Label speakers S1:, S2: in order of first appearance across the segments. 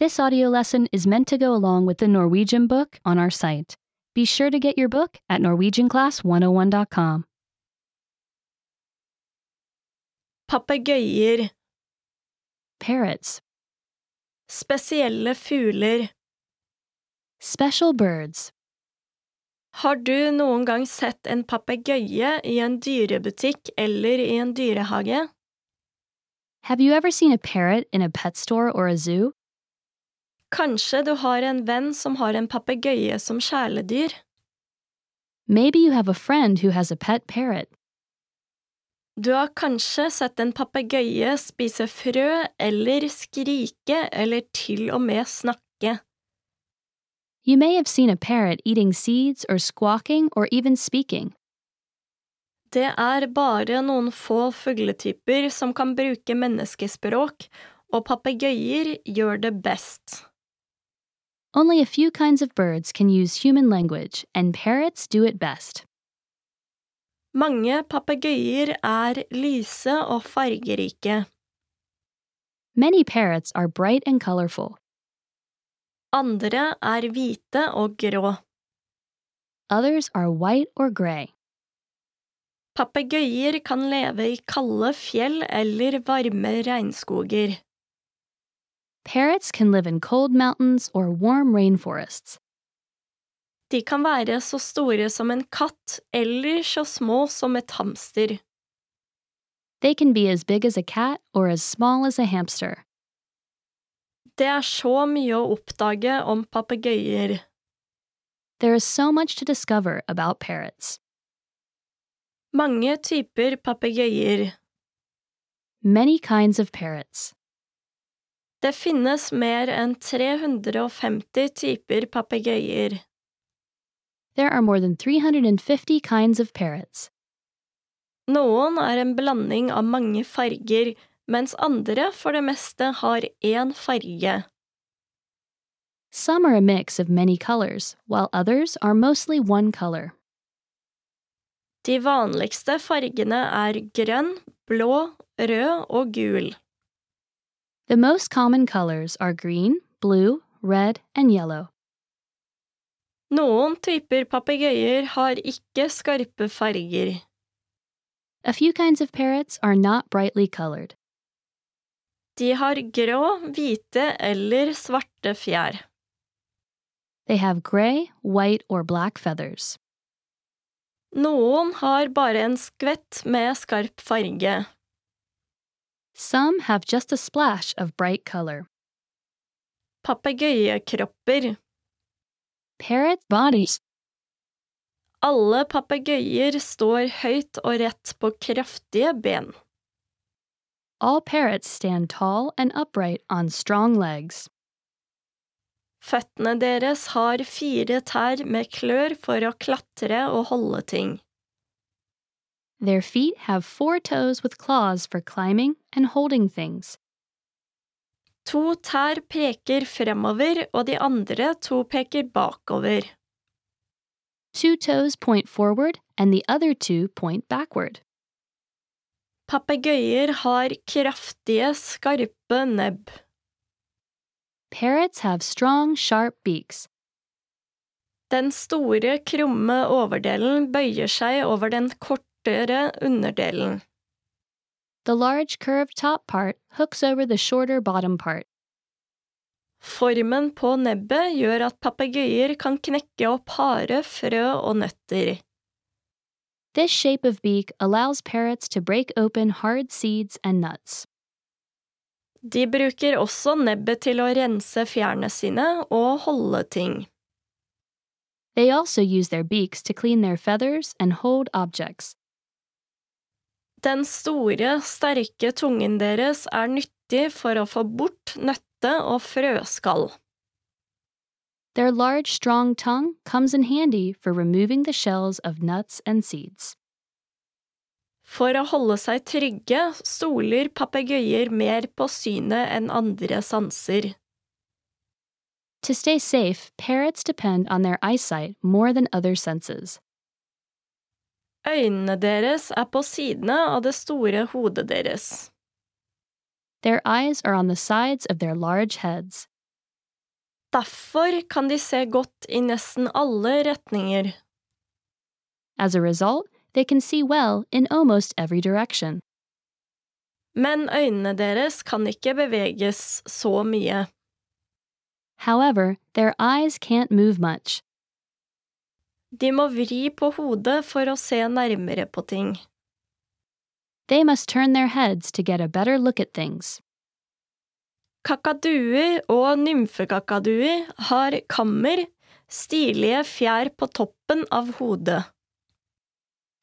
S1: This audio lesson is meant to go along with the Norwegian book on our site. Be sure to get your book at norwegianclass101.com.
S2: Papegøyer.
S1: Parrots,
S2: Spesielle fugler.
S1: special birds.
S2: Har du noen gang sett en papegøye i en dyrebutikk eller i en dyrehage?
S1: Have you ever seen a parrot in a pet store or a zoo?
S2: Kanskje du har en venn som har en papegøye som kjæledyr?
S1: Maybe you have a friend who has a pet parrot.
S2: Du har kanskje sett en papegøye spise frø eller skrike eller til og med snakke.
S1: You may have seen a parrot eating seeds or squawking or even speaking.
S2: Det er bare noen få fugletyper som kan bruke menneskespråk, og papegøyer gjør det best.
S1: Only a few kinds of birds can use human language, and parrots do it best.
S2: Mange papegøyer er lyse og fargerike.
S1: Many parrots are bright and colorful.
S2: Andre er hvite og grå.
S1: Others are white or gray.
S2: Papegøyer kan leve i kalde fjell eller varme regnskoger.
S1: Parrots can live in cold mountains or warm rainforests.
S2: De kan være så store som en katt eller så små som et hamster.
S1: They can be as big as a cat or as small as a hamster.
S2: Det er så mye å oppdage om papegøyer.
S1: There is so much to discover about parrots.
S2: Mange typer papegøyer.
S1: Many kinds of parrots.
S2: Det finnes mer enn 350 typer papegøyer.
S1: There are more than 350 kinds of parrots.
S2: Noen er en blanding av mange farger, mens andre for det meste har én farge.
S1: Some are a mix of many colors, while others are mostly one color.
S2: De vanligste fargene er grønn, blå, rød og gul.
S1: The most common colors are green, blue, red, and yellow.
S2: Noen typer papegøyer har ikke skarpe farger.
S1: A few kinds of parrots are not brightly colored.
S2: De har grå, hvite eller svarte fjær.
S1: They have gray, white, or black feathers.
S2: Noen har bare en skvett med skarp farge.
S1: Some have just a splash of bright color.
S2: Papegøyekropper.
S1: Parrot bodies.
S2: Alle papegøyer står høyt og rett på kraftige ben.
S1: All parrots stand tall and upright on strong legs.
S2: Føttene deres har fire tær med klør for å klatre og holde ting.
S1: Their feet have four toes with claws for climbing and holding things.
S2: To tær peker fremover, og de andre to peker bakover.
S1: Two toes point forward and the other two point backward.
S2: Papegøyer har kraftige, skarpe nebb.
S1: Parrots have strong, sharp beaks.
S2: Den store, krumme overdelen bøyer seg over den kortere underdelen.
S1: The large curved top part hooks over the shorter bottom part.
S2: Formen på nebbet gjør at papegøyer kan knekke opp hare, frø og nøtter.
S1: This shape of beak allows parrots to break open hard seeds and nuts.
S2: De bruker også nebbet til å rense fjærene sine og holde ting.
S1: They also use their beaks to clean their feathers and hold objects.
S2: Den store, sterke tungen deres er nyttig for å få bort nøtte- og frøskall.
S1: Their large, strong tongue comes in handy for removing the shells of nuts and seeds.
S2: For å holde seg trygge stoler papegøyer mer på synet enn andre sanser.
S1: To stay safe, parrots depend on their eyesight more than other senses.
S2: Øynene deres er på sidene av det store hodet deres.
S1: Their eyes are on the sides of their large heads.
S2: Derfor kan de se godt i nesten alle retninger.
S1: As a result, they can see well in almost every direction.
S2: Men øynene deres kan ikke beveges så mye.
S1: However, their eyes can't move much.
S2: De må vri på hodet for å se nærmere på ting.
S1: They must turn their heads to get a better look at things.
S2: Kakaduer og nymfekakaduer har kammer, stilige fjær på toppen av hodet.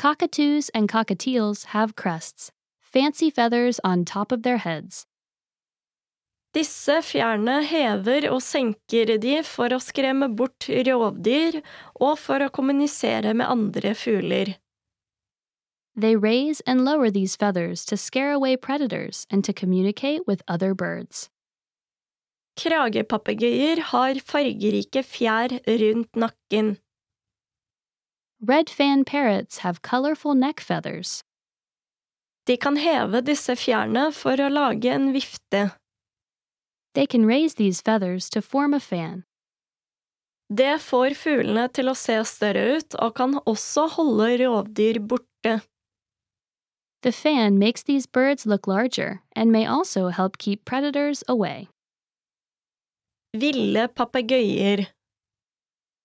S1: Cockatoos and cockatiels have crests, fancy feathers on top of their heads.
S2: Disse fjærene hever og senker de for å skremme bort rovdyr og for å kommunisere med andre fugler.
S1: They raise and lower these feathers to scare away predators and to communicate with other birds.
S2: Kragepapegøyer har fargerike fjær rundt nakken.
S1: Red fan parrots have colorful neck feathers.
S2: De kan heve disse fjærene for å lage en vifte.
S1: They can raise these feathers to form a fan.
S2: Det får fuglene til å se større ut og kan også holde rovdyr borte.
S1: The fan makes these birds look larger and may also help keep predators away.
S2: Ville papegøyer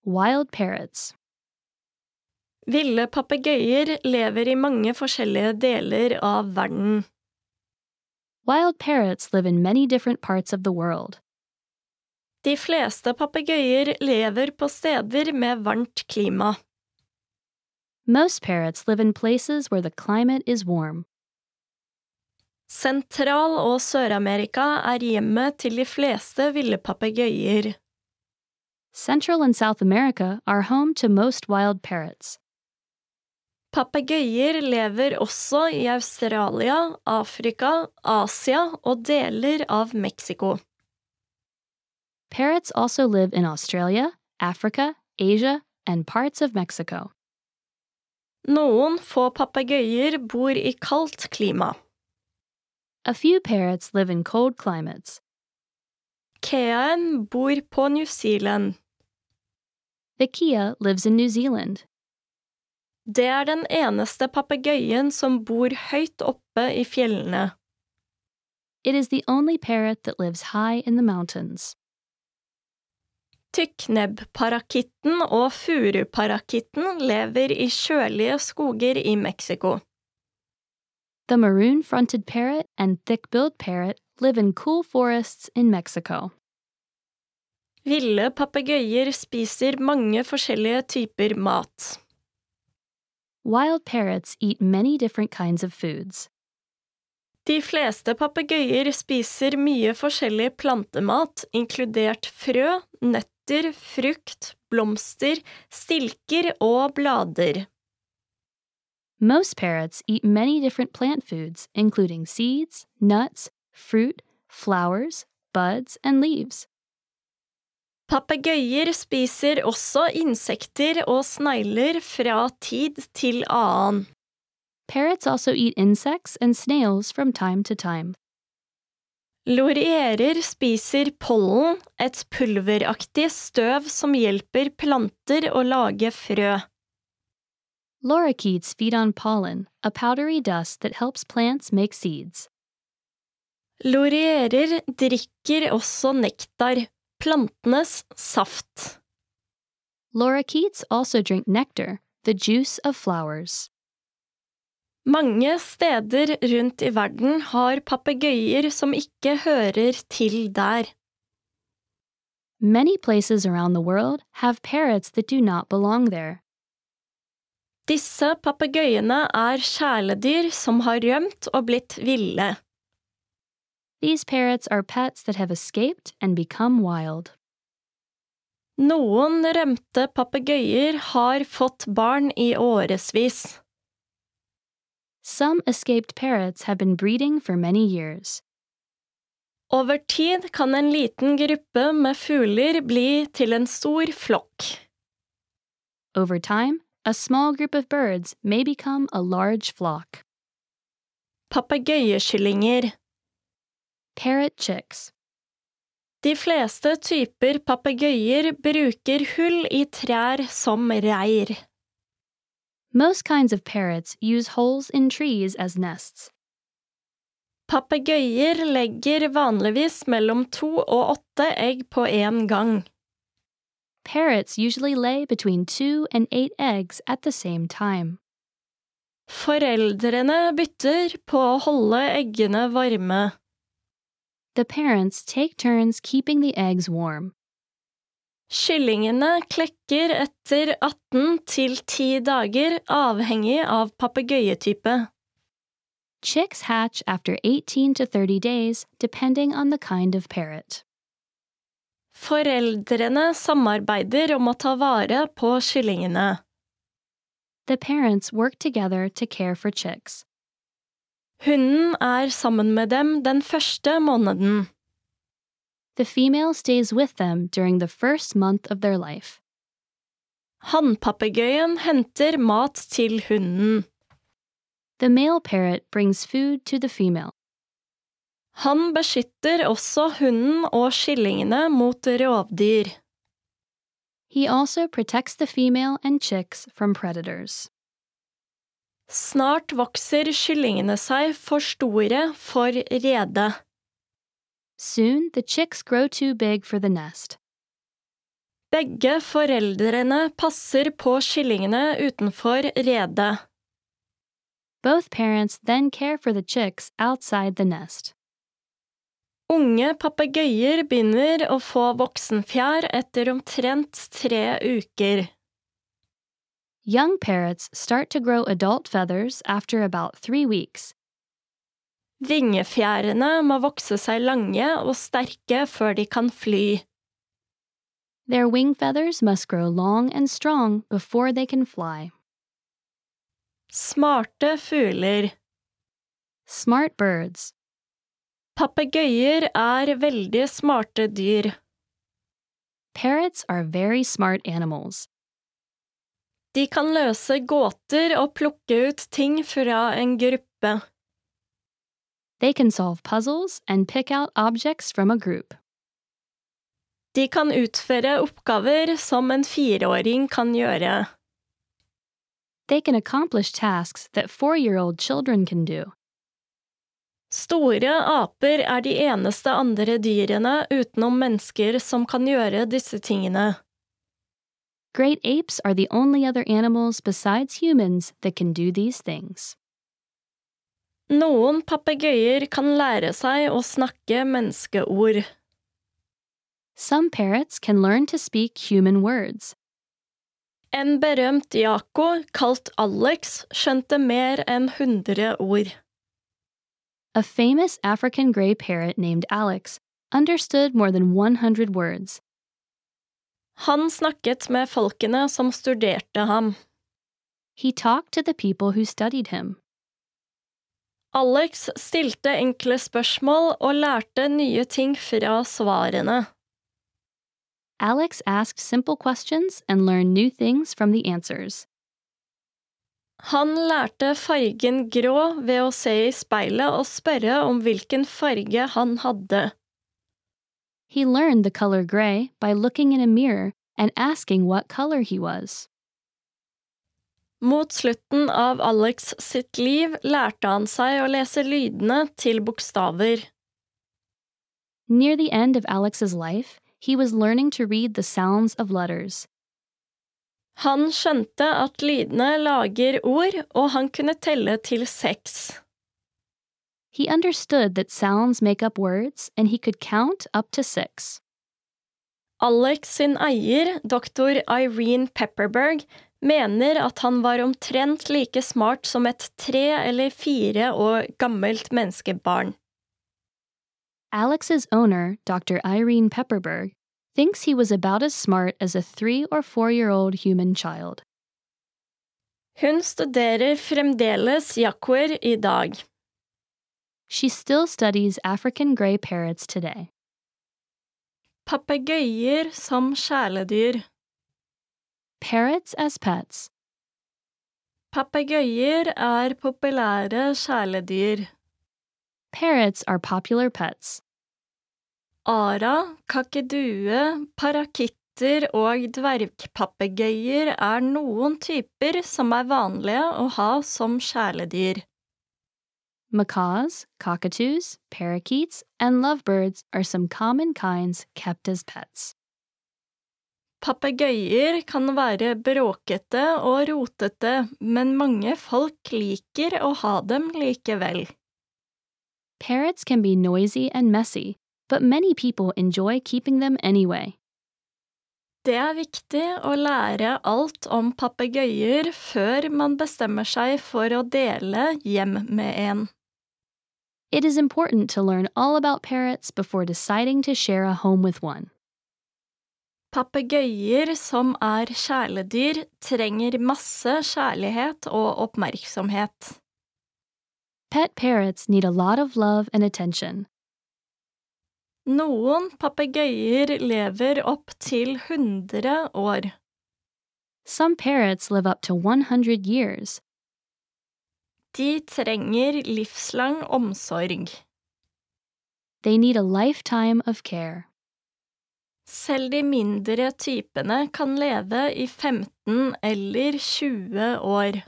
S1: Wild parrots.
S2: Ville papegøyer lever i mange forskjellige deler av verden.
S1: Wild parrots live in many different parts of the world.
S2: De fleste papegøyer lever på steder med varmt klima.
S1: Most parrots live in places where the climate is warm.
S2: Sentral- og Sør-Amerika er hjemmet til de fleste ville papegøyer.
S1: Central and South America are home to most wild parrots.
S2: Papegøyer lever også i Australia, Afrika, Asia og deler av Mexico.
S1: Parrots also live in Australia, Africa, Asia, and parts of Mexico.
S2: Noen få papegøyer bor i kaldt klima.
S1: A few parrots live in cold climates.
S2: Keaen bor på New Zealand.
S1: The Kia lives in New Zealand.
S2: Det er den eneste papegøyen som bor høyt oppe i fjellene.
S1: It is the only parrot that lives high in the mountains.
S2: Tykknebbparakitten og furuparakitten lever i kjølige skoger i Mexico.
S1: The maroon fronted parrot and thick billed parrot live in cool forests in Mexico.
S2: Ville papegøyer spiser mange forskjellige typer mat.
S1: Wild parrots eat many different kinds of foods.
S2: De fleste papegøyer spiser mye forskjellig plantemat, inkludert frø, nøtter, frukt, blomster, stilker og blader.
S1: Most parrots eat many different plant foods, including seeds, nuts, fruit, flowers, buds, and leaves.
S2: Papegøyer spiser også insekter og snegler fra tid til annen.
S1: Parrots also eat insects and snails from time to time.
S2: Lorierer spiser pollen, et pulveraktig støv som hjelper planter å lage frø.
S1: Lorikeets feed on pollen, a powdery dust that helps plants make seeds.
S2: Lorierer drikker også nektar, plantenes saft.
S1: Lorikeets also drink nectar, the juice of flowers.
S2: Mange steder rundt i verden har papegøyer som ikke hører til der.
S1: Many places around the world have parrots that do not belong there.
S2: Disse papegøyene er kjæledyr som har rømt og blitt ville.
S1: These parrots are pets that have escaped and become wild.
S2: Noen rømte papegøyer har fått barn i årevis.
S1: Some escaped parrots have been breeding for many years.
S2: Over tid kan en liten gruppe med fugler bli til en stor flokk.
S1: Over time, a small group of birds may become a large flock.
S2: Papegøyekyllinger.
S1: Parrot chicks.
S2: De fleste typer papegøyer bruker hull i trær som reir.
S1: Most kinds of parrots use holes in trees as nests.
S2: Papegøyer legger vanligvis mellom to og åtte egg på én gang.
S1: Parrots usually lay between two and eight eggs at the same time.
S2: Foreldrene bytter på å holde eggene varme.
S1: The parents take turns keeping the eggs warm.
S2: Kyllingene klekker etter 18 til 10 dager, avhengig av papegøyetype.
S1: Chicks hatch after 18 to 30 days, depending on the kind of parrot.
S2: Foreldrene samarbeider om å ta vare på kyllingene.
S1: The parents work together to care for chicks.
S2: Hunden er sammen med dem den første måneden.
S1: The female stays with them during the first month of their life.
S2: Hannpapegøyen henter mat til hunden.
S1: The male parrot brings food to the female.
S2: Han beskytter også hunden og kyllingene mot rovdyr.
S1: He also protects the female and chicks from predators.
S2: Snart vokser kyllingene seg for store for redet.
S1: Soon the chicks grow too big for the nest.
S2: Begge foreldrene passer på kyllingene utenfor redet.
S1: Both parents then care for the chicks outside the nest.
S2: Unge papegøyer begynner å få voksenfjær etter omtrent tre uker.
S1: Young parrots start to grow adult feathers after about three weeks.
S2: Vingefjærene må vokse seg lange og sterke før de kan fly.
S1: Their wing feathers must grow long and strong before they can fly.
S2: Smarte fugler.
S1: Smart birds.
S2: Papegøyer er veldig smarte dyr.
S1: Parrots are very smart animals.
S2: De kan løse gåter og plukke ut ting fra en gruppe.
S1: They can solve puzzles and pick out objects from a group.
S2: De kan utføre oppgaver som en fireåring kan gjøre.
S1: They can accomplish tasks that four year old children can do.
S2: Store aper er de eneste andre dyrene utenom mennesker som kan gjøre disse tingene.
S1: Great apes are the only other animals besides humans that can do these things.
S2: Noen papegøyer kan lære seg å snakke menneskeord.
S1: Some parrots can learn to speak human words.
S2: En berømt jako, kalt Alex, skjønte mer enn 100 ord.
S1: A famous African gray parrot named Alex understood more than 100 words.
S2: Han snakket med folkene som studerte ham.
S1: He talked to the people who studied him.
S2: Alex stilte enkle spørsmål og lærte nye ting fra svarene.
S1: Alex asked simple questions and learned new things from the answers.
S2: Han lærte fargen grå ved å se i speilet og spørre om hvilken farge han hadde.
S1: He learned the color gray by looking in a mirror and asking what color he was.
S2: Mot slutten av Alex sitt liv lærte han seg å lese lydene til bokstaver.
S1: Near the end of Alex's life, he was learning to read the sounds of letters.
S2: Han skjønte at lydene lager ord, og han kunne telle til seks.
S1: He understood that sounds make up words and he could count up to six.
S2: Alex sin eier, doktor Irene Pepperberg, mener at han var omtrent like smart som et tre eller fire år gammelt menneskebarn.
S1: Alex's owner, Dr. Irene Pepperberg, thinks he was about as smart as a three or four year old human child.
S2: Hun studerer fremdeles jakoer i dag.
S1: She still studies African gray parrots today.
S2: Papegøyer som kjæledyr.
S1: Parrots as pets.
S2: Papegøyer er populære kjæledyr.
S1: Parrots are popular pets.
S2: Ara, kakadue, parakitter og dvergpapegøyer er noen typer som er vanlige å ha som kjæledyr.
S1: Macaws, cockatoos, parakeets, and lovebirds are some common kinds kept as pets.
S2: Papegøyer kan være bråkete og rotete, men mange folk liker å ha dem likevel.
S1: Parrots can be noisy and messy, but many people enjoy keeping them anyway.
S2: Det er viktig å lære alt om papegøyer før man bestemmer seg for å dele hjem med en.
S1: It is important to learn all about parrots before deciding to share a home with one.
S2: Papegøyer som er kjæledyr, trenger masse kjærlighet og oppmerksomhet.
S1: Pet parrots need a lot of love and attention.
S2: Noen papegøyer lever opp til 100 år.
S1: Some parrots live up to 100 years.
S2: De trenger livslang omsorg.
S1: They need a lifetime of care.
S2: Selv de mindre typene kan leve i 15 eller 20 år.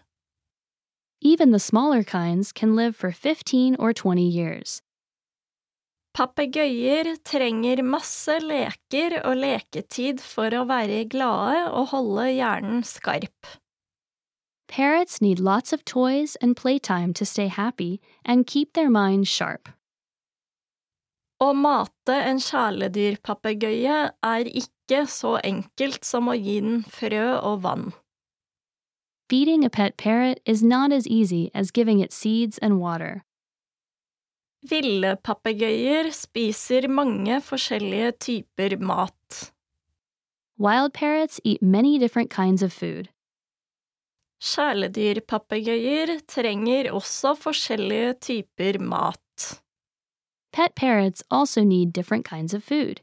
S1: Even the smaller kinds can live for 15 or 20 years.
S2: Papegøyer trenger masse leker og leketid for å være glade og holde hjernen skarp.
S1: Parrots need lots of toys and playtime to stay happy and keep their minds sharp.
S2: Å mate en kjæledyrpapegøye er ikke så enkelt som å gi den frø og vann.
S1: Feeding a pet parrot is not as easy as giving it seeds and water.
S2: Ville papegøyer spiser mange forskjellige typer mat.
S1: Wild parrots eat many different kinds of food.
S2: Kjæledyrpapegøyer trenger også forskjellige typer mat.
S1: Pet parrots also need different kinds of food.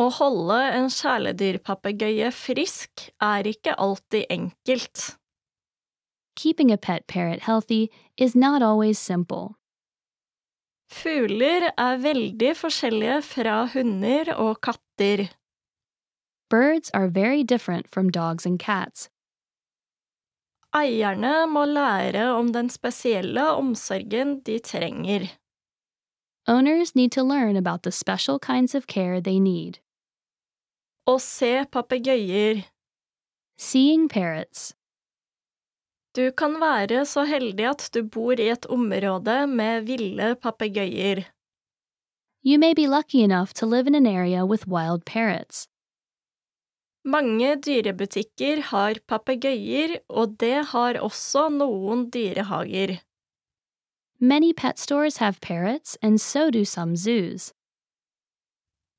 S2: Å holde en kjæledyrpapegøye frisk er ikke alltid enkelt.
S1: Keeping a pet parrot healthy is not always simple.
S2: Fugler er veldig forskjellige fra hunder og katter.
S1: Birds are very different from dogs and cats.
S2: Eierne må lære om den spesielle omsorgen de trenger.
S1: Owners need to learn about the special kinds of care they need.
S2: Å se papegøyer.
S1: Seeing parrots.
S2: Du kan være så heldig at du bor i et område med ville papegøyer.
S1: You may be lucky enough to live in an area with wild parrots.
S2: Mange dyrebutikker har papegøyer, og det har også noen dyrehager.
S1: Many pet stores have parrots, and so do some zoos.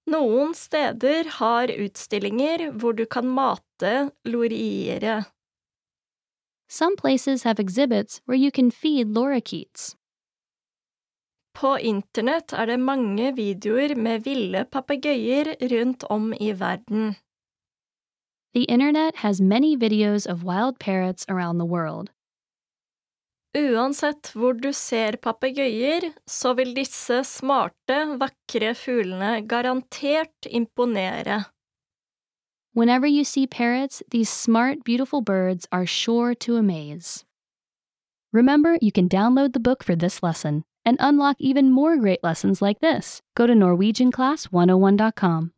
S2: Noen steder har utstillinger hvor du kan mate loriere.
S1: Some places have exhibits where you can feed lorikeets.
S2: På internett er det mange videoer med ville papegøyer rundt om i verden.
S1: The internet has many videos of wild parrots around the world.
S2: Uansett hvor du ser papegøyer, så vil disse smarte, vakre fuglene garantert imponere.
S1: Whenever you see parrots, these smart, beautiful birds are sure to amaze. Remember, you can download the book for this oh lesson and unlock even more great lessons like this. Go to NorwegianClass101.com.